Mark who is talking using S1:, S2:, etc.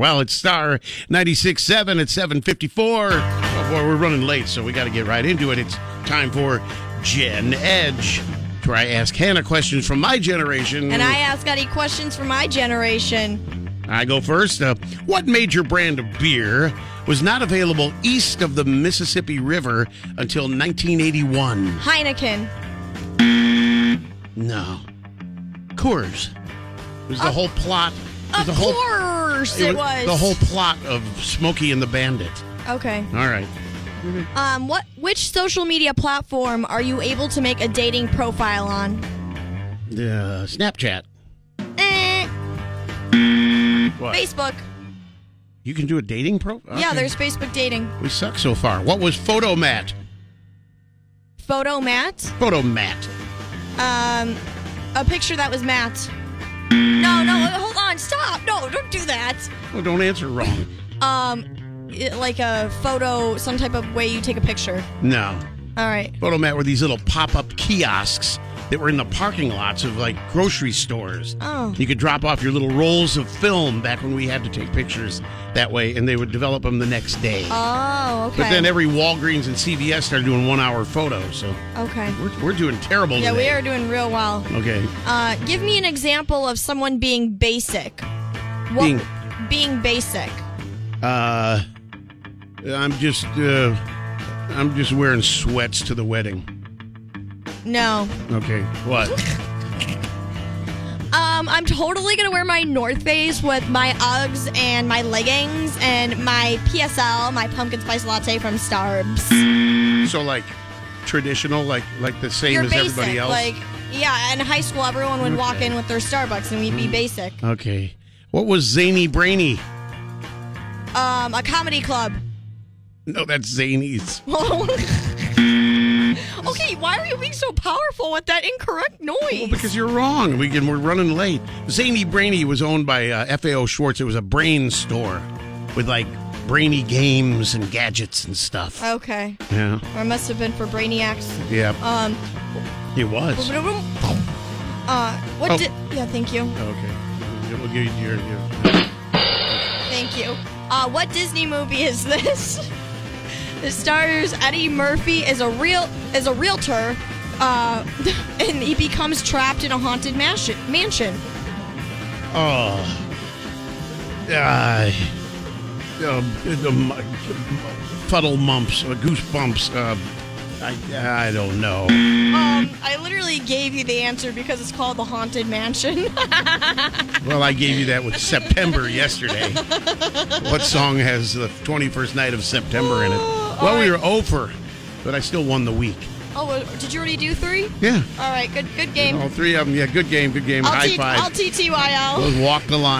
S1: Well, it's Star 96.7 at 754. Oh, boy, we're running late, so we got to get right into it. It's time for Gen Edge, where I ask Hannah questions from my generation.
S2: And I ask any questions for my generation.
S1: I go first. Uh, what major brand of beer was not available east of the Mississippi River until 1981?
S2: Heineken.
S1: No. Coors. It was the whole plot. it was
S2: Of
S1: the whole,
S2: course it was.
S1: The whole plot of Smokey and the Bandit.
S2: Okay.
S1: All right.
S2: Um, what? Which social media platform are you able to make a dating profile on?
S1: Uh, Snapchat.
S2: Eh,
S1: Uh, What?
S2: Facebook.
S1: You can do a dating profile?
S2: Yeah, there's Facebook dating.
S1: We suck so far. What was Photomat?
S2: Photo Matt.
S1: Photomat.
S2: Um, a picture that was Matt. No, no, hold on, stop! No, don't do that.
S1: Well, don't answer wrong.
S2: Um, it- like a photo, some type of way you take a picture.
S1: No.
S2: All right.
S1: Photomat were these little pop up kiosks that were in the parking lots of like grocery stores.
S2: Oh.
S1: You could drop off your little rolls of film back when we had to take pictures that way, and they would develop them the next day.
S2: Oh, okay.
S1: But then every Walgreens and CVS started doing one hour photos, so
S2: okay.
S1: we're, we're doing terrible
S2: Yeah, we
S1: today.
S2: are doing real well.
S1: Okay.
S2: Uh, give me an example of someone being basic. What,
S1: Being-
S2: being basic.
S1: Uh, I'm just, uh, I'm just wearing sweats to the wedding.
S2: No.
S1: Okay. What?
S2: Um, I'm totally gonna wear my North Face with my Uggs and my leggings and my PSL, my pumpkin spice latte from Starbucks.
S1: So like traditional, like like the same
S2: You're
S1: as
S2: basic,
S1: everybody else.
S2: like yeah. In high school, everyone would walk
S1: Okay. Mm.
S2: in with their Starbucks, and we'd be basic.
S1: okay. What was Zany Brainy?
S2: Um, a comedy club.
S1: No, that's Zany's.
S2: okay, why are you being so powerful with that incorrect noise?
S1: Because you're wrong. We can, we're running late. Zany Brainy was owned by uh, FAO Schwartz. It was a brain store with like brainy games and gadgets and stuff.
S2: okay,
S1: yeah.
S2: or it must have been for brainiacs.
S1: Yeah.
S2: Um,
S1: it was.
S2: uh, what
S1: Oh.
S2: did? Yeah, thank you,
S1: Okay. We'll give you your, your
S2: thank you. Uh, what Disney movie is this? the stars Eddie Murphy is a real is a realtor, uh, and he becomes trapped in a haunted mansion. Mansion.
S1: Oh. Uh, um, um, fuddle mumps, uh, goosebumps. Uh, I, I don't know.
S2: Um, I literally gave you the answer because it's called the haunted mansion.
S1: Well, I gave you that with September yesterday. What song has the 21st night of September in it?
S2: Oh,
S1: Well,
S2: all
S1: we were
S2: right.
S1: over, but I still won the week.
S2: oh, well, did you already do three?
S1: Yeah.
S2: All right, good good game.
S1: All three of them. Yeah, good game, good game.
S2: I'll
S1: High
S2: T-
S1: five.
S2: I'll TTYL.
S1: Those walk the line.